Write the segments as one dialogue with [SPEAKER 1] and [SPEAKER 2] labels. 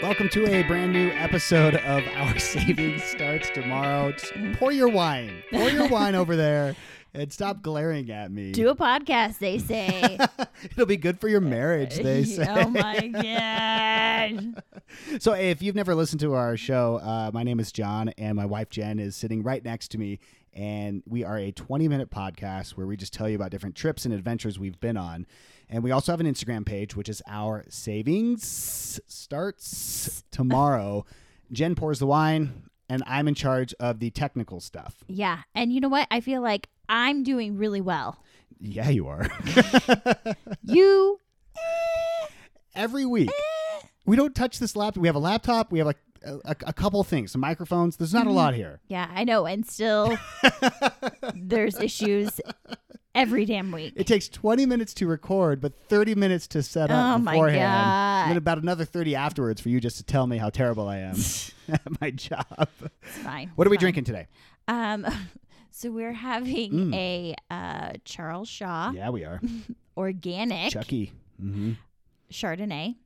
[SPEAKER 1] Welcome to a brand new episode of Our Savings Starts Tomorrow. Just pour your wine. Pour your wine over there and stop glaring at me.
[SPEAKER 2] Do a podcast, they say.
[SPEAKER 1] It'll be good for your marriage, they say.
[SPEAKER 2] oh my gosh.
[SPEAKER 1] So, if you've never listened to our show, uh, my name is John, and my wife Jen is sitting right next to me. And we are a 20 minute podcast where we just tell you about different trips and adventures we've been on. And we also have an Instagram page, which is our savings starts tomorrow. Jen pours the wine, and I'm in charge of the technical stuff.
[SPEAKER 2] Yeah. And you know what? I feel like I'm doing really well.
[SPEAKER 1] Yeah, you are.
[SPEAKER 2] You,
[SPEAKER 1] Every week, we don't touch this laptop. We have a laptop, we have like a, a, a couple things, some microphones. There's not a lot here.
[SPEAKER 2] yeah, I know. And still, there's issues every damn week.
[SPEAKER 1] It takes 20 minutes to record, but 30 minutes to set up
[SPEAKER 2] Oh my
[SPEAKER 1] beforehand.
[SPEAKER 2] God.
[SPEAKER 1] And then about another 30 afterwards for you just to tell me how terrible I am at my job.
[SPEAKER 2] It's fine.
[SPEAKER 1] What are we
[SPEAKER 2] Fine.
[SPEAKER 1] drinking today?
[SPEAKER 2] Um, so we're having a uh, Charles Shaw
[SPEAKER 1] Mm. Yeah, we are.
[SPEAKER 2] organic
[SPEAKER 1] Chucky. hmm
[SPEAKER 2] Chardonnay,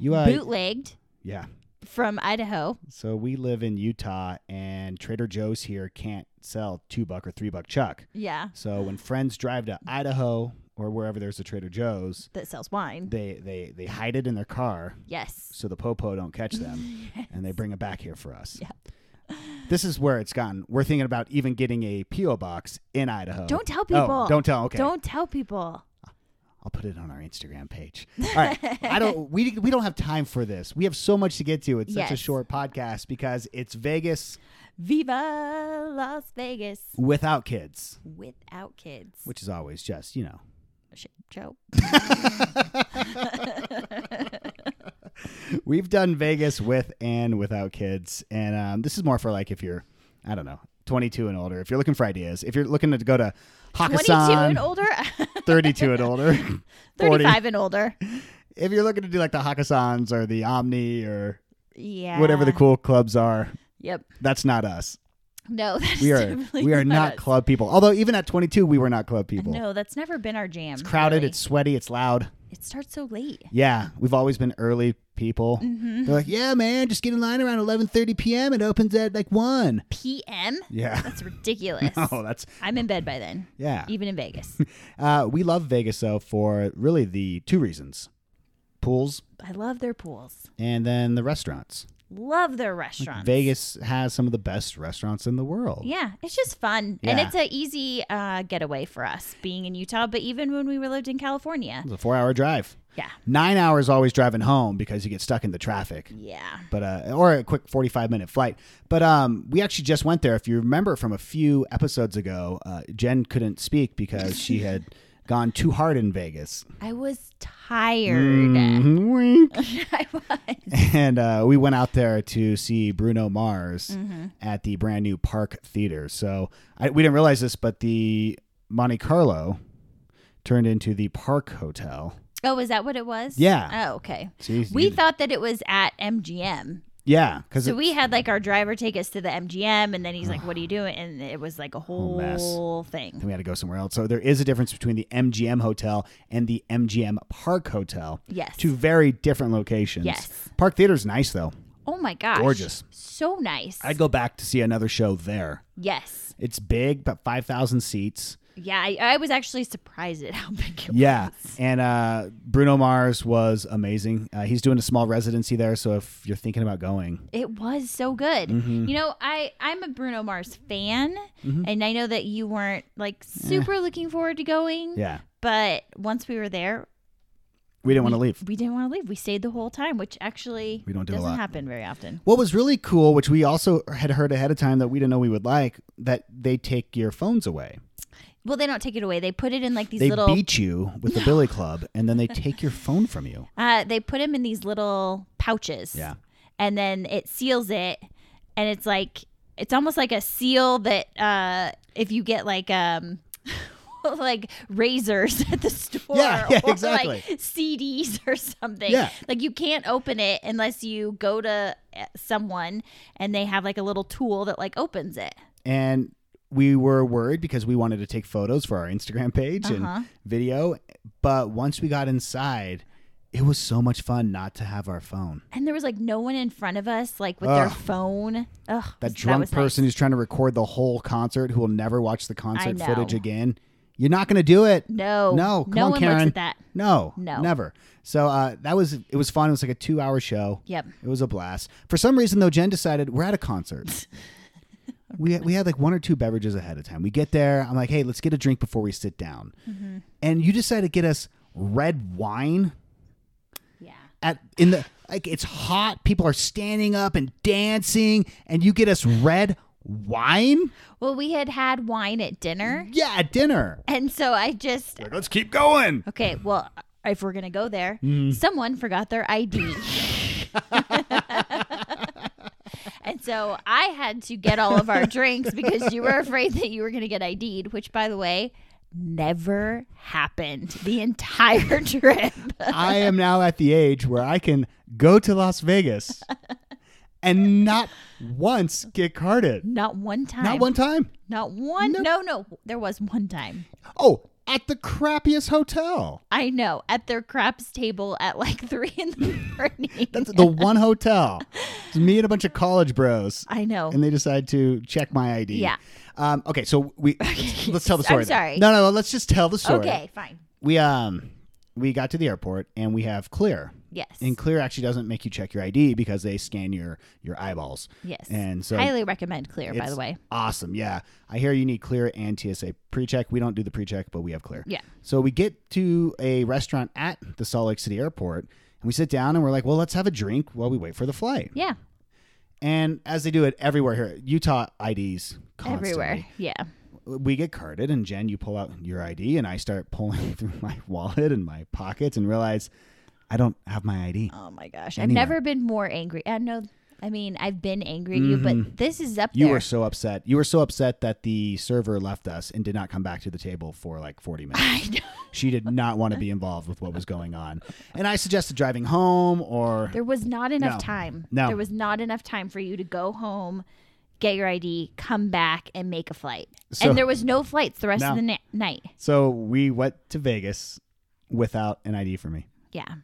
[SPEAKER 1] You uh,
[SPEAKER 2] bootlegged
[SPEAKER 1] Yeah.
[SPEAKER 2] from Idaho.
[SPEAKER 1] So we live in Utah, and Trader Joe's here can't sell two buck or three buck chuck.
[SPEAKER 2] Yeah,
[SPEAKER 1] So when friends drive to Idaho or wherever there's a Trader Joe's,
[SPEAKER 2] that sells wine.
[SPEAKER 1] they they they hide it in their car
[SPEAKER 2] yes.
[SPEAKER 1] so the popo don't catch them, and they bring it back here for us.
[SPEAKER 2] Yep.
[SPEAKER 1] This is where it's gotten. We're thinking about even getting a PO box in Idaho.
[SPEAKER 2] Don't tell
[SPEAKER 1] Oh,
[SPEAKER 2] people.
[SPEAKER 1] don't tell. Okay.
[SPEAKER 2] Don't tell people.
[SPEAKER 1] I'll put it on our Instagram page. All right. I don't. We we don't have time for this. We have so much to get to. It's such a
[SPEAKER 2] Yes.
[SPEAKER 1] short podcast because it's Vegas
[SPEAKER 2] Viva Las Vegas
[SPEAKER 1] without kids,
[SPEAKER 2] without kids.
[SPEAKER 1] which is always just you know.
[SPEAKER 2] Shit joke.
[SPEAKER 1] We've done Vegas with and without kids, and um, this is more for like if you're, I don't know, 22 and older. If you're looking for ideas, if you're looking to go to Hakkasan,
[SPEAKER 2] 22 and older,
[SPEAKER 1] 32 and older, 40.
[SPEAKER 2] 35 and older.
[SPEAKER 1] If you're looking to do like the Hakkasans or the Omni or
[SPEAKER 2] Yeah.
[SPEAKER 1] whatever the cool clubs are,
[SPEAKER 2] Yep.
[SPEAKER 1] that's not us.
[SPEAKER 2] No, that's
[SPEAKER 1] We are
[SPEAKER 2] definitely
[SPEAKER 1] we are not
[SPEAKER 2] us.
[SPEAKER 1] club people. Although even at 22, we were not club people.
[SPEAKER 2] No, that's never been our jam.
[SPEAKER 1] It's crowded.
[SPEAKER 2] really.
[SPEAKER 1] It's sweaty. It's loud.
[SPEAKER 2] it starts so late.
[SPEAKER 1] Yeah, we've always been early people.
[SPEAKER 2] Mm-hmm.
[SPEAKER 1] They're like, yeah, man, just get in line around 11:30 p.m. It opens at like one.
[SPEAKER 2] PM?
[SPEAKER 1] Yeah.
[SPEAKER 2] That's ridiculous.
[SPEAKER 1] Oh, that's
[SPEAKER 2] I'm in bed by then,
[SPEAKER 1] yeah.
[SPEAKER 2] even in Vegas.
[SPEAKER 1] Uh, we love Vegas though for really the two reasons: pools
[SPEAKER 2] I love their pools.
[SPEAKER 1] and then the restaurants.
[SPEAKER 2] Love their restaurants.
[SPEAKER 1] Vegas has some of the best restaurants in the world.
[SPEAKER 2] Yeah, it's just fun, and
[SPEAKER 1] Yeah.
[SPEAKER 2] it's an easy uh, getaway for us being in Utah. But even when we were lived in California,
[SPEAKER 1] It's a four-hour drive.
[SPEAKER 2] yeah,
[SPEAKER 1] Nine hours always driving home because you get stuck in the traffic.
[SPEAKER 2] yeah,
[SPEAKER 1] but uh, or a quick 45 minute flight. But um, we actually just went there. If you remember from a few episodes ago, uh, Jen couldn't speak because she had gone too hard in Vegas.
[SPEAKER 2] I was tired.
[SPEAKER 1] Mhm, wink.
[SPEAKER 2] I was.
[SPEAKER 1] and uh, we went out there to see Bruno Mars
[SPEAKER 2] Mm-hmm.
[SPEAKER 1] at the brand new Park Theater. So I, we didn't realize this, but the Monte Carlo turned into the Park Hotel.
[SPEAKER 2] Oh, is that what it was?
[SPEAKER 1] Yeah.
[SPEAKER 2] Oh, okay.
[SPEAKER 1] See,
[SPEAKER 2] We
[SPEAKER 1] you-
[SPEAKER 2] thought that it was at MGM,
[SPEAKER 1] yeah, because
[SPEAKER 2] so we had like our driver take us to the MGM, and then he's like, "What are you doing?" And it was like a
[SPEAKER 1] Whole mess.
[SPEAKER 2] whole thing.
[SPEAKER 1] then we had to go somewhere else. So there is a difference between the MGM Hotel and the MGM Park Hotel.
[SPEAKER 2] Yes.
[SPEAKER 1] Two very different locations.
[SPEAKER 2] Yes.
[SPEAKER 1] Park Theater's nice though.
[SPEAKER 2] Oh my gosh.
[SPEAKER 1] Gorgeous.
[SPEAKER 2] So nice.
[SPEAKER 1] I'd go back to see another show there.
[SPEAKER 2] yes.
[SPEAKER 1] It's big, about 5,000 seats.
[SPEAKER 2] Yeah, I, I was actually surprised at how big it was.
[SPEAKER 1] Yeah. And uh, Bruno Mars was amazing. Uh, he's doing a small residency there. So if you're thinking about going,
[SPEAKER 2] It was so good.
[SPEAKER 1] Mm-hmm.
[SPEAKER 2] You know, I I'm a Bruno Mars fan, and I know that you weren't like super looking forward to going.
[SPEAKER 1] Eh. yeah,
[SPEAKER 2] But once we were there,
[SPEAKER 1] we didn't want to leave.
[SPEAKER 2] we didn't want to leave. We stayed the whole time, which actually
[SPEAKER 1] We don't do a
[SPEAKER 2] doesn't
[SPEAKER 1] lot.
[SPEAKER 2] happen very often.
[SPEAKER 1] What was really cool, which we also had heard ahead of time that we didn't know we would like, that they take your phones away.
[SPEAKER 2] Well, they don't take it away. They put it in like these
[SPEAKER 1] they
[SPEAKER 2] little.
[SPEAKER 1] beat you with the billy club and then they take your phone from you
[SPEAKER 2] uh, they put them in these little pouches.
[SPEAKER 1] Yeah.
[SPEAKER 2] And then it seals it, and it's like it's almost like a seal that uh, if you get like um. Like razors at the store,
[SPEAKER 1] Yeah, yeah,
[SPEAKER 2] or
[SPEAKER 1] exactly.
[SPEAKER 2] like CDs or something.
[SPEAKER 1] Yeah.
[SPEAKER 2] like you can't open it unless you go to uh, someone and they have like a little tool that like opens it.
[SPEAKER 1] and we were worried because we wanted to take photos for our instagram page
[SPEAKER 2] Uh-huh.
[SPEAKER 1] and video but once we got inside It was so much fun not to have our phone.
[SPEAKER 2] And there was like no one in front of us, like with their
[SPEAKER 1] Ugh.
[SPEAKER 2] phone. Ugh,
[SPEAKER 1] That drunk
[SPEAKER 2] was nice.
[SPEAKER 1] person who's trying to record the whole concert who will never watch the concert
[SPEAKER 2] know.
[SPEAKER 1] footage again. You're not going to do it.
[SPEAKER 2] No,
[SPEAKER 1] No, come
[SPEAKER 2] no
[SPEAKER 1] on,
[SPEAKER 2] one
[SPEAKER 1] Karen.
[SPEAKER 2] looks at that.
[SPEAKER 1] No,
[SPEAKER 2] No.
[SPEAKER 1] never. So uh, that was it. Was fun. It was like a two-hour show.
[SPEAKER 2] Yep.
[SPEAKER 1] it was a blast. For some reason, though, Jen decided we're at a concert. we we had like one or two beverages ahead of time. We get there. I'm like, hey, let's get a drink before we sit down.
[SPEAKER 2] Mm-hmm.
[SPEAKER 1] And you decided to get us red wine
[SPEAKER 2] Yeah,
[SPEAKER 1] at in the like it's hot. People are standing up and dancing, and you get us red wine.
[SPEAKER 2] Well, we had had wine at dinner,
[SPEAKER 1] Yeah, at dinner.
[SPEAKER 2] and so I just
[SPEAKER 1] Like, let's keep going.
[SPEAKER 2] okay. Well, if we're gonna go there,
[SPEAKER 1] Mm-hmm.
[SPEAKER 2] someone forgot their ID. And so I had to get all of our drinks because you were afraid that you were going to get ID'd, which, by the way, never happened the entire trip.
[SPEAKER 1] I am now at the age where I can go to Las Vegas and not once get carded.
[SPEAKER 2] Not one time.
[SPEAKER 1] Not one time.
[SPEAKER 2] Not one. No, no. There was one time.
[SPEAKER 1] Oh, at the crappiest hotel.
[SPEAKER 2] I know. At their craps table at like three in the morning.
[SPEAKER 1] That's the one hotel. It's me and a bunch of college bros.
[SPEAKER 2] I know.
[SPEAKER 1] And they decide to check my ID.
[SPEAKER 2] Yeah.
[SPEAKER 1] Um, okay, so we let's tell the story.
[SPEAKER 2] I'm
[SPEAKER 1] then.
[SPEAKER 2] sorry.
[SPEAKER 1] No, no, let's just tell the story.
[SPEAKER 2] okay, fine.
[SPEAKER 1] We um we got to the airport and we have clear.
[SPEAKER 2] Yes.
[SPEAKER 1] And clear actually doesn't make you check your ID because they scan your your eyeballs.
[SPEAKER 2] yes.
[SPEAKER 1] And so
[SPEAKER 2] Highly recommend Clear, by
[SPEAKER 1] It's
[SPEAKER 2] the way.
[SPEAKER 1] Awesome. Yeah. I hear you need clear and TSA pre check. We don't do the pre check, but we have clear.
[SPEAKER 2] Yeah.
[SPEAKER 1] So we get to a restaurant at the Salt Lake City airport and we sit down and we're like, well, let's have a drink while we wait for the flight.
[SPEAKER 2] Yeah.
[SPEAKER 1] And as they do it everywhere here, Utah IDs constantly.
[SPEAKER 2] Everywhere. Yeah.
[SPEAKER 1] We get carded and Jen, you pull out your ID and I start pulling through my wallet and my pockets and realize I don't have my ID.
[SPEAKER 2] Oh my gosh.
[SPEAKER 1] Anyway.
[SPEAKER 2] I've never been more angry. I know. I mean, I've been angry at you, but this is up
[SPEAKER 1] Mm-hmm. You
[SPEAKER 2] there.
[SPEAKER 1] were so upset. You were so upset that the server left us and did not come back to the table for like 40 minutes.
[SPEAKER 2] I know.
[SPEAKER 1] She did not want to be involved with what was going on. And I suggested driving home or
[SPEAKER 2] There was not enough
[SPEAKER 1] No.
[SPEAKER 2] time.
[SPEAKER 1] No.
[SPEAKER 2] There was not enough time for you to go home, get your ID, come back, and make a flight.
[SPEAKER 1] So-
[SPEAKER 2] and there was no flights the rest
[SPEAKER 1] No.
[SPEAKER 2] of the na- night.
[SPEAKER 1] so we went to Vegas without an ID for me.
[SPEAKER 2] Yeah.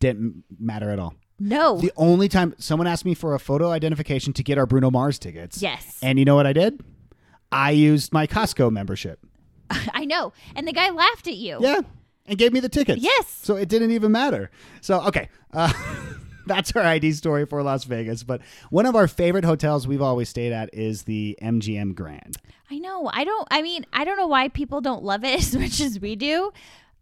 [SPEAKER 1] Didn't matter at all.
[SPEAKER 2] No.
[SPEAKER 1] The only time someone asked me for a photo identification to get our Bruno Mars tickets.
[SPEAKER 2] yes.
[SPEAKER 1] And you know what I did? I used my Costco membership.
[SPEAKER 2] I know. And the guy laughed at you.
[SPEAKER 1] Yeah. And gave me the tickets.
[SPEAKER 2] Yes.
[SPEAKER 1] So it didn't even matter. So, okay. Uh, that's our ID story for Las Vegas. But one of our favorite hotels we've always stayed at is the MGM Grand.
[SPEAKER 2] I know. I don't I mean, I don't know why people don't love it as much as we do.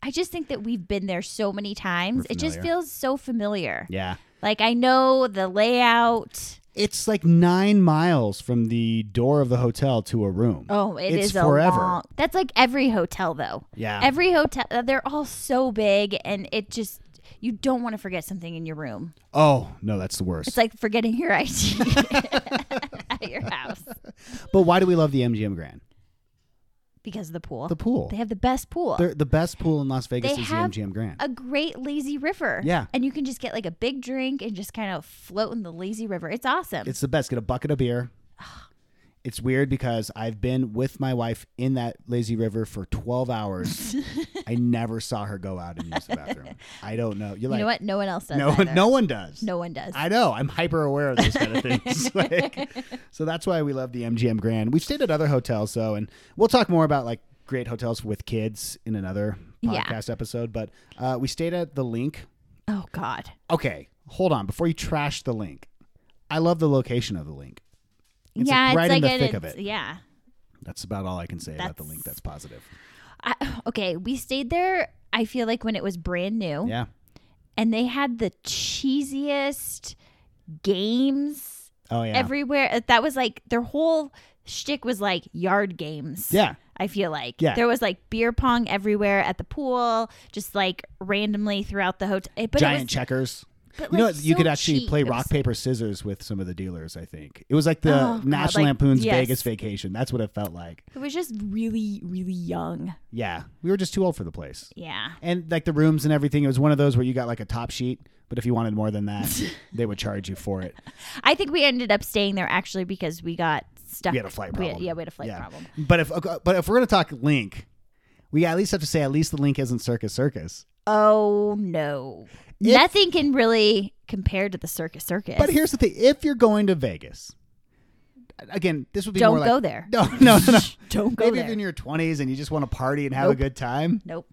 [SPEAKER 2] I just think that we've been there so many times. It just
[SPEAKER 1] familiar.
[SPEAKER 2] feels so familiar.
[SPEAKER 1] Yeah.
[SPEAKER 2] Like I know the layout.
[SPEAKER 1] It's like nine miles from the door of the hotel to a room.
[SPEAKER 2] Oh, it
[SPEAKER 1] it's
[SPEAKER 2] is
[SPEAKER 1] forever.
[SPEAKER 2] a long. That's like every hotel though.
[SPEAKER 1] Yeah.
[SPEAKER 2] Every hotel uh, they're all so big and it just you don't want to forget something in your room.
[SPEAKER 1] oh no, that's the worst.
[SPEAKER 2] It's like forgetting your ID at your house
[SPEAKER 1] but why do we love the MGM Grand?
[SPEAKER 2] because of the pool.
[SPEAKER 1] The pool.
[SPEAKER 2] They have the best pool.
[SPEAKER 1] They're- the best pool in Las Vegas
[SPEAKER 2] They
[SPEAKER 1] is the
[SPEAKER 2] have
[SPEAKER 1] MGM Grand.
[SPEAKER 2] a great lazy river.
[SPEAKER 1] Yeah.
[SPEAKER 2] And you can just get like a big drink and just kind of float in the lazy river. It's awesome.
[SPEAKER 1] it's the best. Get a bucket of beer. It's weird because I've been with my wife in that lazy river for 12 hours. I never saw her go out and use the bathroom. I don't know. You're
[SPEAKER 2] you
[SPEAKER 1] like,
[SPEAKER 2] know what? No one else does.
[SPEAKER 1] no,
[SPEAKER 2] either.
[SPEAKER 1] no one does.
[SPEAKER 2] No one does.
[SPEAKER 1] I know. I'm hyper aware of those kind of things. Like, so that's why we love the MGM Grand. We've stayed at other hotels though, and we'll talk more about like great hotels with kids in another
[SPEAKER 2] Yeah.
[SPEAKER 1] podcast episode. But uh, we stayed at the Link.
[SPEAKER 2] oh God.
[SPEAKER 1] Okay, hold on. Before you trash the Link, I love the location of the Link. It's
[SPEAKER 2] yeah,
[SPEAKER 1] like right
[SPEAKER 2] it's
[SPEAKER 1] in
[SPEAKER 2] like
[SPEAKER 1] the
[SPEAKER 2] it-
[SPEAKER 1] thick of
[SPEAKER 2] it's-
[SPEAKER 1] it.
[SPEAKER 2] Yeah.
[SPEAKER 1] That's about all I can say about the
[SPEAKER 2] That's-
[SPEAKER 1] Link. That's positive.
[SPEAKER 2] I, okay, we stayed there. I feel like when it was brand new,
[SPEAKER 1] Yeah.
[SPEAKER 2] and they had the cheesiest games
[SPEAKER 1] Oh yeah.
[SPEAKER 2] everywhere. Uh, That was like their whole shtick was like yard games.
[SPEAKER 1] yeah.
[SPEAKER 2] I feel like
[SPEAKER 1] Yeah.
[SPEAKER 2] there was like beer pong everywhere at the pool, just like randomly throughout the hotel. But
[SPEAKER 1] Giant
[SPEAKER 2] it was,
[SPEAKER 1] checkers.
[SPEAKER 2] but,
[SPEAKER 1] you know,
[SPEAKER 2] like,
[SPEAKER 1] what? you
[SPEAKER 2] so
[SPEAKER 1] could actually
[SPEAKER 2] cheap.
[SPEAKER 1] play
[SPEAKER 2] It was-
[SPEAKER 1] rock paper scissors with some of the dealers. I think it was like the
[SPEAKER 2] Oh, God,
[SPEAKER 1] National
[SPEAKER 2] like-
[SPEAKER 1] Lampoon's
[SPEAKER 2] yes.
[SPEAKER 1] Vegas Vacation. That's what it felt like.
[SPEAKER 2] It was just really, really young.
[SPEAKER 1] Yeah, we were just too old for the place,
[SPEAKER 2] Yeah.
[SPEAKER 1] and like the rooms and everything. It was one of those where you got like a top sheet, but if you wanted more than that, they would charge you for it.
[SPEAKER 2] I think we ended up staying there actually because we got stuck.
[SPEAKER 1] We had a flight
[SPEAKER 2] We had-
[SPEAKER 1] problem.
[SPEAKER 2] yeah, we had a flight
[SPEAKER 1] Yeah. uh,
[SPEAKER 2] problem.
[SPEAKER 1] But if but if we're gonna talk Link, we at least have to say at least the Link isn't Circus Circus.
[SPEAKER 2] oh no.
[SPEAKER 1] If-
[SPEAKER 2] Nothing can really compare to the circus circus.
[SPEAKER 1] But here's the thing: if you're going to Vegas, again, this would be
[SPEAKER 2] don't
[SPEAKER 1] more
[SPEAKER 2] go
[SPEAKER 1] like,
[SPEAKER 2] there.
[SPEAKER 1] No, no, no. no.
[SPEAKER 2] Don't go
[SPEAKER 1] Maybe if
[SPEAKER 2] there.
[SPEAKER 1] you're in your 20s and you just want to party and have
[SPEAKER 2] Nope.
[SPEAKER 1] a good time,
[SPEAKER 2] nope.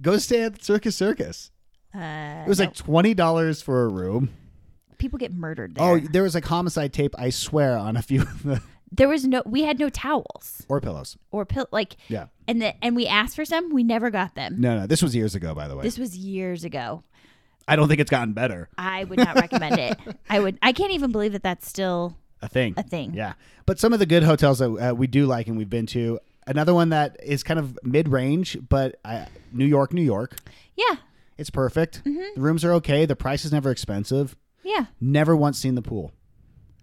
[SPEAKER 1] go stay at the Circus Circus.
[SPEAKER 2] Uh,
[SPEAKER 1] It was like twenty dollars for a room.
[SPEAKER 2] people get murdered there.
[SPEAKER 1] Oh, there was like homicide tape. I swear on a few of the
[SPEAKER 2] there was no. We had no towels
[SPEAKER 1] or pillows.
[SPEAKER 2] or pill. Like
[SPEAKER 1] Yeah,
[SPEAKER 2] and the and we asked for some. We never got them.
[SPEAKER 1] no, no. This was years ago, by the way.
[SPEAKER 2] This was years ago.
[SPEAKER 1] I don't think it's gotten better.
[SPEAKER 2] I would not recommend it. I would. I can't even believe that that's still
[SPEAKER 1] A thing.
[SPEAKER 2] a thing.
[SPEAKER 1] Yeah, but some of the good hotels that uh, we do like and we've been to. Another one that is kind of mid-range, but I, New York, New York,
[SPEAKER 2] Yeah.
[SPEAKER 1] it's perfect.
[SPEAKER 2] Mm-hmm.
[SPEAKER 1] The rooms are okay. The price is never expensive.
[SPEAKER 2] Yeah.
[SPEAKER 1] Never once seen the pool.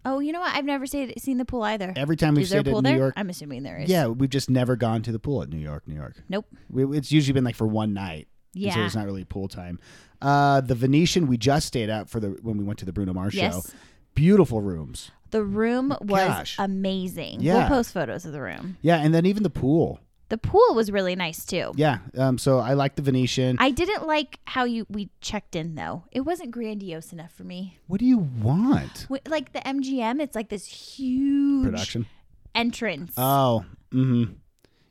[SPEAKER 2] Oh, you know what? I've never stayed, seen the pool either.
[SPEAKER 1] Every time we've
[SPEAKER 2] Is there a
[SPEAKER 1] stayed at
[SPEAKER 2] pool
[SPEAKER 1] New
[SPEAKER 2] there?
[SPEAKER 1] York,
[SPEAKER 2] I'm assuming there is.
[SPEAKER 1] yeah, we've just never gone to the pool at New York, New York.
[SPEAKER 2] Nope.
[SPEAKER 1] We, it's usually been like for one night. and So
[SPEAKER 2] Yeah.
[SPEAKER 1] it's not really pool time. Uh, the Venetian we just stayed at for the when we went to the Bruno Mars
[SPEAKER 2] Yes.
[SPEAKER 1] show. Beautiful rooms.
[SPEAKER 2] The room was
[SPEAKER 1] Oh Gosh.
[SPEAKER 2] amazing.
[SPEAKER 1] Yeah.
[SPEAKER 2] We'll post photos of the room.
[SPEAKER 1] Yeah, and then even the pool.
[SPEAKER 2] The pool was really nice too.
[SPEAKER 1] Yeah. Um, so I like the Venetian.
[SPEAKER 2] I didn't like how you we checked in though. It wasn't grandiose enough for me.
[SPEAKER 1] what do you want?
[SPEAKER 2] Wi- Like the MGM, it's like this huge
[SPEAKER 1] Production.
[SPEAKER 2] entrance.
[SPEAKER 1] Oh. Mm-hmm.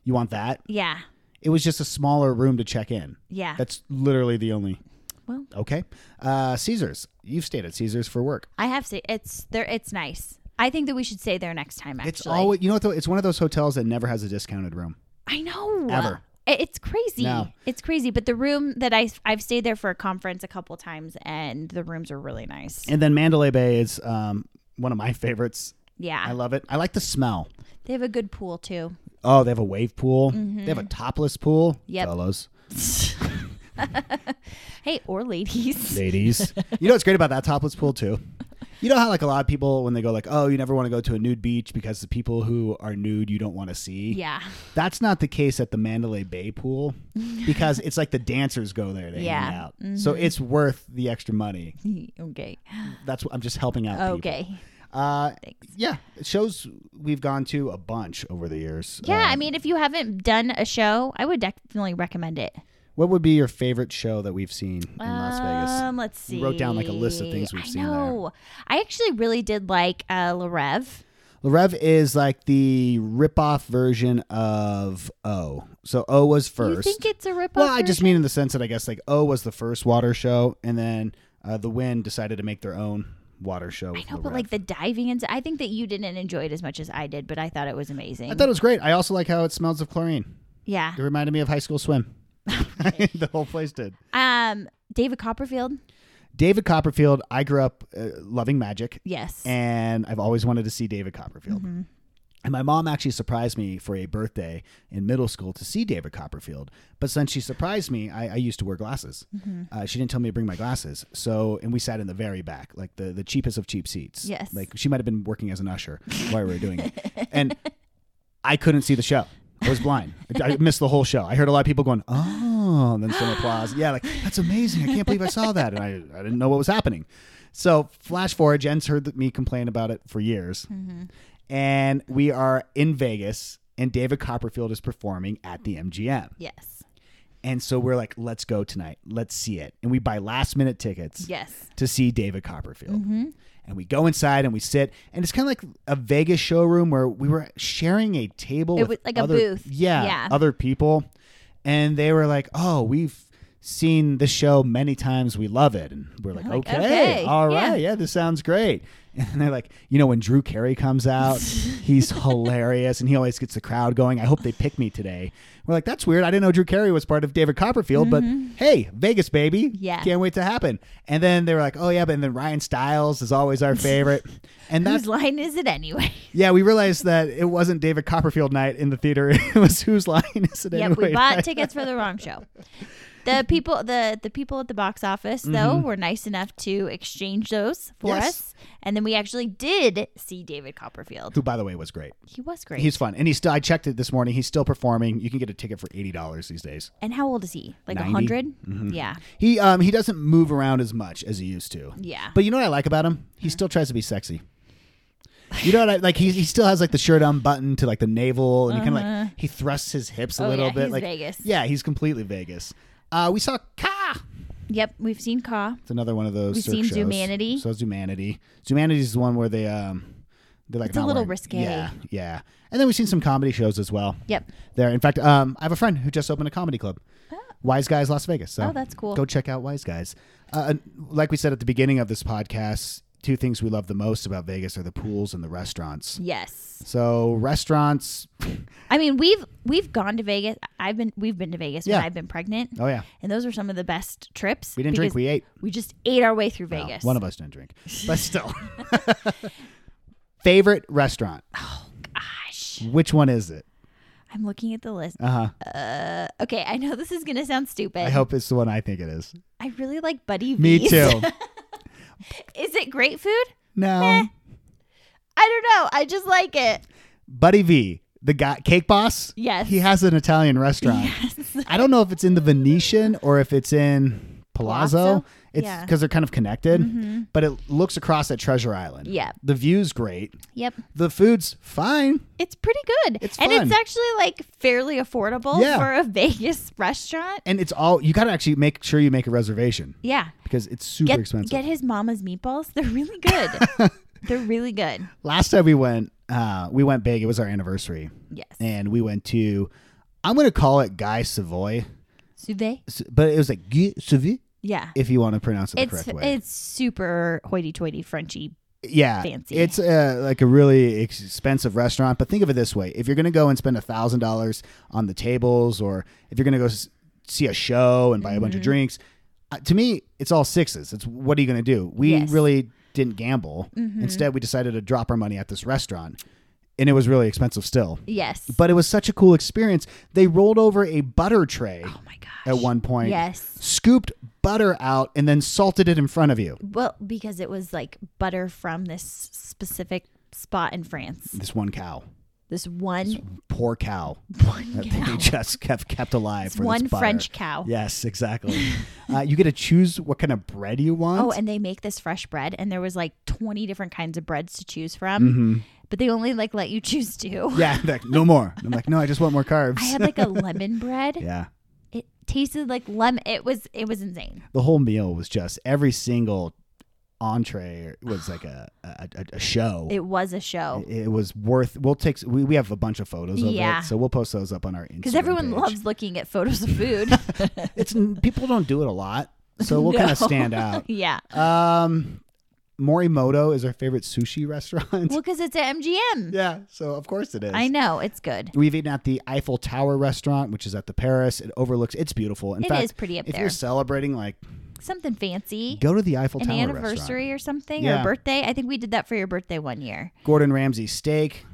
[SPEAKER 1] You want that?
[SPEAKER 2] yeah.
[SPEAKER 1] It was just a smaller room to check in.
[SPEAKER 2] Yeah.
[SPEAKER 1] That's literally the only.
[SPEAKER 2] Ah. Well.
[SPEAKER 1] Okay. Uh, Caesars. You've stayed at Caesars for work.
[SPEAKER 2] I have stayed. It's there. It's nice. I think that we should stay there next time. Actually,
[SPEAKER 1] It's always you know what though? It's one of those hotels that never has a discounted room.
[SPEAKER 2] I know.
[SPEAKER 1] Ever.
[SPEAKER 2] I- It's crazy.
[SPEAKER 1] No.
[SPEAKER 2] It's crazy. But the room that I I've stayed there for a conference a couple times, and the rooms are really nice.
[SPEAKER 1] And then Mandalay Bay is um, one of my favorites. I
[SPEAKER 2] Yeah,
[SPEAKER 1] love it. I like the smell.
[SPEAKER 2] they have a good pool too.
[SPEAKER 1] Oh, they have a wave pool. They have a topless pool.
[SPEAKER 2] Mm-hmm. Yep.
[SPEAKER 1] Fellows,
[SPEAKER 2] Hey, or ladies.
[SPEAKER 1] ladies. you know what's great about that topless pool too? You know how like a lot of people when they go like, oh, you never want to go to a nude beach because the people who are nude you don't want to see.
[SPEAKER 2] yeah,
[SPEAKER 1] That's not the case at the Mandalay Bay pool because it's like the dancers go there to hang
[SPEAKER 2] Yeah. Mm-hmm.
[SPEAKER 1] out. So it's worth the extra money.
[SPEAKER 2] okay,
[SPEAKER 1] That's what I'm just helping out. people.
[SPEAKER 2] okay.
[SPEAKER 1] Uh, yeah, shows we've gone to a bunch over the years.
[SPEAKER 2] Yeah,
[SPEAKER 1] Uh,
[SPEAKER 2] I mean, if you haven't done a show, I would definitely recommend it.
[SPEAKER 1] what would be your favorite show that we've seen in Las Vegas?
[SPEAKER 2] Um, let's see.
[SPEAKER 1] You wrote down, like, a list of things we've
[SPEAKER 2] I
[SPEAKER 1] seen there.
[SPEAKER 2] know. I actually really did like uh, La Rev.
[SPEAKER 1] La Rev is like the rip-off version of O. So O was first.
[SPEAKER 2] You think it's a ripoff?
[SPEAKER 1] well, I just
[SPEAKER 2] version?
[SPEAKER 1] mean in the sense that I guess like O was the first water show, and then uh, the Wind decided to make their own water show. with
[SPEAKER 2] I know,
[SPEAKER 1] La
[SPEAKER 2] but
[SPEAKER 1] Rev.
[SPEAKER 2] like the diving and I think that you didn't enjoy it as much as I did, but I thought it was amazing.
[SPEAKER 1] I thought it was great. I also like how it smells of chlorine.
[SPEAKER 2] yeah.
[SPEAKER 1] It reminded me of high school swim. the whole place did.
[SPEAKER 2] Um, David Copperfield.
[SPEAKER 1] David Copperfield. I grew up uh, loving magic.
[SPEAKER 2] Yes.
[SPEAKER 1] and I've always wanted to see David Copperfield. And my mom actually surprised me for a birthday in middle school to see David Copperfield. But since she surprised me, I, I used to wear glasses. Uh, she didn't tell me to bring my glasses. So, and we sat in the very back, like the, the cheapest of cheap seats.
[SPEAKER 2] Yes.
[SPEAKER 1] Like she might have been working as an usher while we were doing it. And I couldn't see the show. I was blind. I I missed the whole show. I heard a lot of people going, oh, and then some applause. Yeah, like, that's amazing. I can't believe I saw that. And I, I didn't know what was happening. So, flash forward, Jen's heard that- me complain about it for years. And we are in Vegas, and David Copperfield is performing at the MGM.
[SPEAKER 2] yes.
[SPEAKER 1] And so we're like, let's go tonight. Let's see it. And we buy last minute tickets
[SPEAKER 2] Yes.
[SPEAKER 1] to see David Copperfield.
[SPEAKER 2] Mm-hmm.
[SPEAKER 1] And we go inside and we sit, and it's kind of like a Vegas showroom where we were sharing a table.
[SPEAKER 2] It
[SPEAKER 1] with
[SPEAKER 2] was like a
[SPEAKER 1] other-
[SPEAKER 2] booth.
[SPEAKER 1] yeah,
[SPEAKER 2] Yeah.
[SPEAKER 1] other people, and they were like, "Oh, we've seen this show many times. We love it." And we're like,
[SPEAKER 2] Like,
[SPEAKER 1] okay,
[SPEAKER 2] okay,
[SPEAKER 1] all
[SPEAKER 2] yeah.
[SPEAKER 1] right, yeah, this sounds great." And they're like, "You know, when Drew Carey comes out, he's hilarious, and he always gets the crowd going. I hope they pick me today." We're like, "That's weird. I didn't know Drew Carey was part of David Copperfield, but hey, Vegas baby,
[SPEAKER 2] Mm-hmm. Yeah.
[SPEAKER 1] can't wait to happen. And then they were like, oh yeah, but and then Ryan Stiles is always our favorite. And that's
[SPEAKER 2] Whose line is it anyway?
[SPEAKER 1] yeah, we realized that it wasn't David Copperfield night in the theater. It was whose line is it
[SPEAKER 2] yep,
[SPEAKER 1] anyway?
[SPEAKER 2] we bought tickets for the wrong show. The people, the the people at the box office though were nice enough to exchange those for
[SPEAKER 1] Mm-hmm. Yes.
[SPEAKER 2] us, and then we actually did see David Copperfield.
[SPEAKER 1] Who, by the way, was great.
[SPEAKER 2] He was great.
[SPEAKER 1] He's fun, and he's still. I checked it this morning. He's still performing. You can get a ticket for eighty dollars these days.
[SPEAKER 2] and how old is he? Like a
[SPEAKER 1] 90?
[SPEAKER 2] 100 Yeah,
[SPEAKER 1] He um he doesn't move around as much as he used to.
[SPEAKER 2] yeah.
[SPEAKER 1] But you know what I like about him? He still tries to be sexy. You know what I like? He, he still has like the shirt unbuttoned to like the navel, and he kind of like he thrusts his hips a
[SPEAKER 2] Uh-huh. Oh,
[SPEAKER 1] little
[SPEAKER 2] yeah,
[SPEAKER 1] bit.
[SPEAKER 2] he's
[SPEAKER 1] like
[SPEAKER 2] Vegas.
[SPEAKER 1] yeah, he's completely Vegas. Uh, we saw Ka
[SPEAKER 2] Yep, we've seen Ka.
[SPEAKER 1] It's another one of those.
[SPEAKER 2] We've
[SPEAKER 1] Cirque
[SPEAKER 2] seen
[SPEAKER 1] shows.
[SPEAKER 2] Zoomanity.
[SPEAKER 1] So Zoomanity. Zoomanity is the one where they um, they're like
[SPEAKER 2] It's a
[SPEAKER 1] not
[SPEAKER 2] little
[SPEAKER 1] wearing-
[SPEAKER 2] risque.
[SPEAKER 1] Yeah, yeah. And then we've seen some comedy shows as well.
[SPEAKER 2] Yep.
[SPEAKER 1] There, in fact, um, I have a friend who just opened a comedy club, Wise Guys Las Vegas. So
[SPEAKER 2] Ah. Oh, that's cool.
[SPEAKER 1] Go check out Wise Guys. Uh, and like we said at the beginning of this podcast, two things we love the most about Vegas are the pools and the restaurants.
[SPEAKER 2] Yes.
[SPEAKER 1] So restaurants,
[SPEAKER 2] I mean, we've we've gone to Vegas. I've been we've been to Vegas
[SPEAKER 1] Yeah.
[SPEAKER 2] when I've been pregnant.
[SPEAKER 1] oh yeah,
[SPEAKER 2] And those are some of the best trips.
[SPEAKER 1] we didn't drink,
[SPEAKER 2] because
[SPEAKER 1] we ate.
[SPEAKER 2] we just ate our way through
[SPEAKER 1] Well,
[SPEAKER 2] Vegas.
[SPEAKER 1] one of us didn't drink, but still. Favorite restaurant?
[SPEAKER 2] Gosh.
[SPEAKER 1] Which one is it?
[SPEAKER 2] I'm looking at the list.
[SPEAKER 1] Uh huh.
[SPEAKER 2] Uh, okay, I know this is gonna sound stupid.
[SPEAKER 1] I hope it's the one I think it is.
[SPEAKER 2] I really like Buddy
[SPEAKER 1] Me
[SPEAKER 2] V's.
[SPEAKER 1] too.
[SPEAKER 2] is it great food? Eh.
[SPEAKER 1] No,
[SPEAKER 2] I don't know. I just like it.
[SPEAKER 1] Buddy V, the guy, Cake Boss.
[SPEAKER 2] Yes.
[SPEAKER 1] He has an Italian restaurant.
[SPEAKER 2] Yes.
[SPEAKER 1] I don't know if it's in the Venetian or if it's in Palazzo.
[SPEAKER 2] Palazzo?
[SPEAKER 1] It's
[SPEAKER 2] Yeah. Mm-hmm.
[SPEAKER 1] because they're kind of connected, but it looks across at Treasure Island.
[SPEAKER 2] Yeah.
[SPEAKER 1] The view's great.
[SPEAKER 2] Yep.
[SPEAKER 1] The food's fine.
[SPEAKER 2] It's pretty good.
[SPEAKER 1] It's
[SPEAKER 2] and
[SPEAKER 1] fun.
[SPEAKER 2] it's actually like fairly affordable
[SPEAKER 1] Yeah.
[SPEAKER 2] for a Vegas restaurant.
[SPEAKER 1] And it's all, you got to actually make sure you make a reservation
[SPEAKER 2] Yeah.
[SPEAKER 1] because it's super
[SPEAKER 2] Get
[SPEAKER 1] expensive.
[SPEAKER 2] get his mama's meatballs. They're really good. They're really good.
[SPEAKER 1] Last time we went, uh, we went big. It was our anniversary.
[SPEAKER 2] Yes.
[SPEAKER 1] And we went to, I'm going to call it Guy Savoy,
[SPEAKER 2] Suve?
[SPEAKER 1] S- but it was like Guy Savoy,
[SPEAKER 2] Yeah.
[SPEAKER 1] if you want to pronounce it the
[SPEAKER 2] It's
[SPEAKER 1] correct way.
[SPEAKER 2] it's super hoity-toity Frenchy.
[SPEAKER 1] yeah
[SPEAKER 2] fancy.
[SPEAKER 1] it's uh, like a really expensive restaurant but think of it this way if you're going to go and spend a thousand dollars on the tables or if you're going to go s- see a show and buy a bunch
[SPEAKER 2] Mm-hmm.
[SPEAKER 1] of drinks uh, to me it's all sixes it's what are you going to do we
[SPEAKER 2] Yes. Mm-hmm.
[SPEAKER 1] really didn't gamble instead we decided to drop our money at this restaurant and it was really expensive still
[SPEAKER 2] Yes.
[SPEAKER 1] but it was such a cool experience they rolled over a butter tray
[SPEAKER 2] oh my gosh.
[SPEAKER 1] at one point
[SPEAKER 2] Yes.
[SPEAKER 1] scooped butter out and then salted it in front of you
[SPEAKER 2] Well, because it was like butter from this specific spot in France.
[SPEAKER 1] this one cow
[SPEAKER 2] This one
[SPEAKER 1] poor cow
[SPEAKER 2] one
[SPEAKER 1] that
[SPEAKER 2] cow.
[SPEAKER 1] they just kept kept alive for
[SPEAKER 2] one
[SPEAKER 1] this butter.
[SPEAKER 2] French cow.
[SPEAKER 1] Yes, exactly. uh, you get to choose what kind of bread you want.
[SPEAKER 2] Oh, and they make this fresh bread, and there was like twenty different kinds of breads to choose from,
[SPEAKER 1] Mm-hmm.
[SPEAKER 2] but they only like let you choose two.
[SPEAKER 1] yeah, they're like, no more. And I'm like, no, I just want more carbs.
[SPEAKER 2] I had like a lemon bread.
[SPEAKER 1] yeah,
[SPEAKER 2] It tasted like lemon. It was it was insane.
[SPEAKER 1] the whole meal was just every single entree was like a a, a, a show.
[SPEAKER 2] It was a show
[SPEAKER 1] It was worth. We'll take. We, we have a bunch of photos of
[SPEAKER 2] Yeah.
[SPEAKER 1] it, so we'll post those up on our Instagram.
[SPEAKER 2] because everyone
[SPEAKER 1] page.
[SPEAKER 2] loves looking at photos of food.
[SPEAKER 1] It's people don't do it a lot, so we'll
[SPEAKER 2] No.
[SPEAKER 1] kind of stand out.
[SPEAKER 2] yeah.
[SPEAKER 1] Um, Morimoto is our favorite sushi restaurant.
[SPEAKER 2] Well, because it's at MGM.
[SPEAKER 1] yeah, so of course it is.
[SPEAKER 2] I know it's good.
[SPEAKER 1] We've eaten at the Eiffel Tower restaurant, which is at the Paris. It overlooks. It's beautiful. In
[SPEAKER 2] It
[SPEAKER 1] fact,
[SPEAKER 2] is pretty up
[SPEAKER 1] if
[SPEAKER 2] there.
[SPEAKER 1] you're celebrating, like,
[SPEAKER 2] Something fancy,
[SPEAKER 1] go to the Eiffel
[SPEAKER 2] an
[SPEAKER 1] Tower restaurant.
[SPEAKER 2] anniversary or something, or
[SPEAKER 1] Yeah.
[SPEAKER 2] a birthday. I think we did that for your birthday one year.
[SPEAKER 1] Gordon Ramsay steak.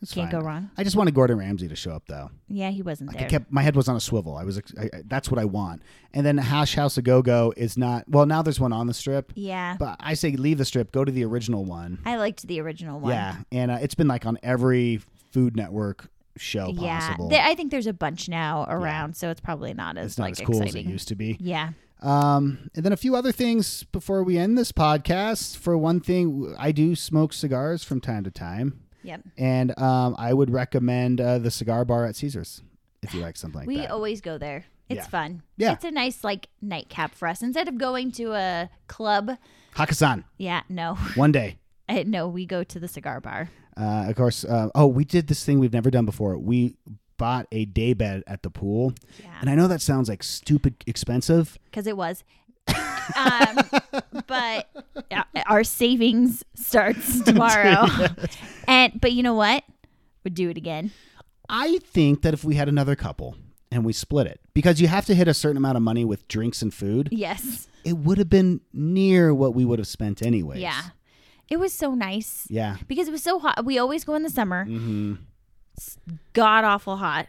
[SPEAKER 1] It's
[SPEAKER 2] Can't
[SPEAKER 1] fine.
[SPEAKER 2] go wrong.
[SPEAKER 1] I just wanted Gordon Ramsay to show up though.
[SPEAKER 2] Yeah, he wasn't
[SPEAKER 1] I
[SPEAKER 2] there.
[SPEAKER 1] kept my head was on a swivel. I was ex- I, I- that's what I want. And then Hash House a Go Go is not well. Now there's one on the strip,
[SPEAKER 2] yeah,
[SPEAKER 1] but I say leave the strip. Go to the original one.
[SPEAKER 2] I liked the original one.
[SPEAKER 1] Yeah, and uh, it's been like on every Food Network show possible.
[SPEAKER 2] There- I think there's a bunch now around, so it's probably not as
[SPEAKER 1] it's not
[SPEAKER 2] like
[SPEAKER 1] as cool
[SPEAKER 2] exciting.
[SPEAKER 1] as it used to be.
[SPEAKER 2] yeah.
[SPEAKER 1] Um, and then a few other things before we end this podcast. For one thing, I do smoke cigars from time to time,
[SPEAKER 2] Yep.
[SPEAKER 1] and um, I would recommend uh, the cigar bar at Caesars if you like something like
[SPEAKER 2] we
[SPEAKER 1] that.
[SPEAKER 2] always go there. It's
[SPEAKER 1] Yeah.
[SPEAKER 2] fun.
[SPEAKER 1] Yeah.
[SPEAKER 2] It's a nice like nightcap for us. Instead of going to a club,
[SPEAKER 1] Hakkasan,
[SPEAKER 2] yeah, no.
[SPEAKER 1] one day.
[SPEAKER 2] Eh, no, we go to the cigar bar.
[SPEAKER 1] Uh, of course. Uh, oh, we did this thing we've never done before. We bought a day bed at the pool, and
[SPEAKER 2] Yeah.
[SPEAKER 1] I know that sounds like stupid expensive.
[SPEAKER 2] Because it was. um, but uh, our savings starts tomorrow. And but you know what? We'd do it again.
[SPEAKER 1] I think that if we had another couple and we split it, because you have to hit a certain amount of money with drinks and food.
[SPEAKER 2] Yes.
[SPEAKER 1] it would have been near what we would have spent anyways.
[SPEAKER 2] Yeah. It was so nice.
[SPEAKER 1] Yeah.
[SPEAKER 2] because it was so hot. We always go in the summer.
[SPEAKER 1] Mm. Mm-hmm.
[SPEAKER 2] It's God awful hot.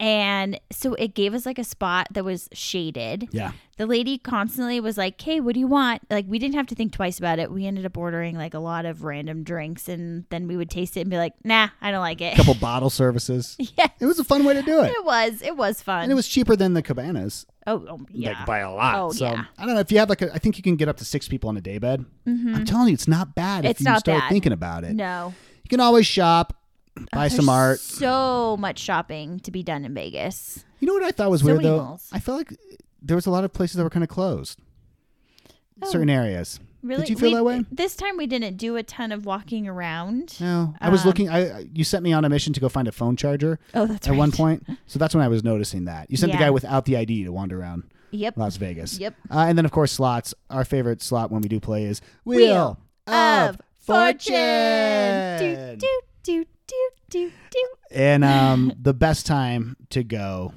[SPEAKER 2] And so it gave us like a spot that was shaded.
[SPEAKER 1] Yeah.
[SPEAKER 2] The lady constantly was like, "Hey, what do you want?" Like we didn't have to think twice about it. We ended up ordering like a lot of random drinks and then we would taste it and be like, "Nah, I don't like it."
[SPEAKER 1] couple bottle services.
[SPEAKER 2] yeah.
[SPEAKER 1] It was a fun way to do it.
[SPEAKER 2] It was. It was fun.
[SPEAKER 1] And it was cheaper than the cabanas,
[SPEAKER 2] oh, oh, yeah.
[SPEAKER 1] like by a lot.
[SPEAKER 2] Oh,
[SPEAKER 1] so
[SPEAKER 2] yeah.
[SPEAKER 1] I don't know if you have like a, I think you can get up to six people on a daybed. I'm telling you, it's not bad if
[SPEAKER 2] Mm-hmm. It's
[SPEAKER 1] you
[SPEAKER 2] not
[SPEAKER 1] start
[SPEAKER 2] bad.
[SPEAKER 1] thinking about it.
[SPEAKER 2] no.
[SPEAKER 1] You can always shop, buy some
[SPEAKER 2] There's
[SPEAKER 1] art.
[SPEAKER 2] So much shopping to be done in Vegas.
[SPEAKER 1] You know what I thought was
[SPEAKER 2] so
[SPEAKER 1] weird
[SPEAKER 2] many
[SPEAKER 1] though?
[SPEAKER 2] malls.
[SPEAKER 1] I felt like there was a lot of places that were kind of closed.
[SPEAKER 2] Oh.
[SPEAKER 1] certain areas.
[SPEAKER 2] Really?
[SPEAKER 1] Did you feel
[SPEAKER 2] We-
[SPEAKER 1] that way?
[SPEAKER 2] This time we didn't do a ton of walking around.
[SPEAKER 1] No, I was
[SPEAKER 2] Um,
[SPEAKER 1] looking. I you sent me on a mission to go find a phone charger
[SPEAKER 2] Oh, that's
[SPEAKER 1] at
[SPEAKER 2] right.
[SPEAKER 1] one point, so that's when I was noticing that you sent the
[SPEAKER 2] Yeah.
[SPEAKER 1] guy without the ID to wander around
[SPEAKER 2] Yep.
[SPEAKER 1] Las Vegas.
[SPEAKER 2] Yep.
[SPEAKER 1] Uh, and then of course slots. Our favorite slot when we do play is Wheel,
[SPEAKER 2] Wheel
[SPEAKER 1] of,
[SPEAKER 2] Do
[SPEAKER 1] Fortune.
[SPEAKER 2] do do do do do.
[SPEAKER 1] And um, the best time to go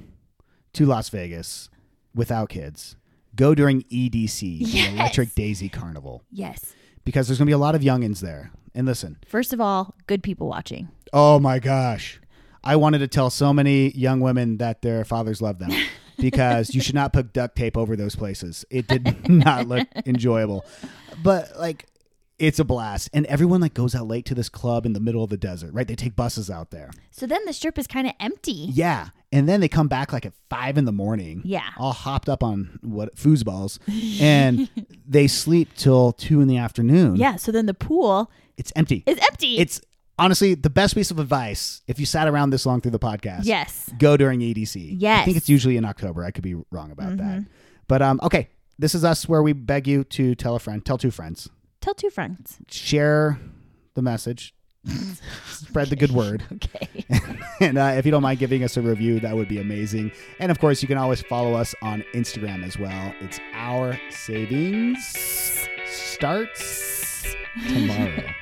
[SPEAKER 1] to Las Vegas without kids. Go during EDC,
[SPEAKER 2] Yes.
[SPEAKER 1] the Electric Daisy Carnival,
[SPEAKER 2] Yes.
[SPEAKER 1] because there's going to be a lot of youngins there. And listen,
[SPEAKER 2] First of all, good people watching.
[SPEAKER 1] Oh my gosh. I wanted to tell so many young women that their fathers love them because you should not put duct tape over those places. It did not look enjoyable. But like it's a blast and everyone like goes out late to this club in the middle of the desert, right? They take buses out there.
[SPEAKER 2] So then the strip is kind of empty.
[SPEAKER 1] Yeah. And then they come back like at five in the morning.
[SPEAKER 2] Yeah.
[SPEAKER 1] All hopped up on what foosballs. And they sleep till two in the afternoon.
[SPEAKER 2] Yeah. So then the pool
[SPEAKER 1] It's empty.
[SPEAKER 2] is empty.
[SPEAKER 1] It's honestly the best piece of advice if you sat around this long through the podcast.
[SPEAKER 2] yes.
[SPEAKER 1] Go during EDC. I
[SPEAKER 2] Yes. Mm-hmm.
[SPEAKER 1] think it's usually in October. I could be wrong about that. But um, okay, this is us where we beg you to tell a friend, tell two friends,
[SPEAKER 2] Tell two friends.
[SPEAKER 1] share the message, spread the good word.
[SPEAKER 2] Okay.
[SPEAKER 1] And uh, if you don't mind giving us a review, that would be amazing. And of course, you can always follow us on Instagram as well. It's our savings starts tomorrow.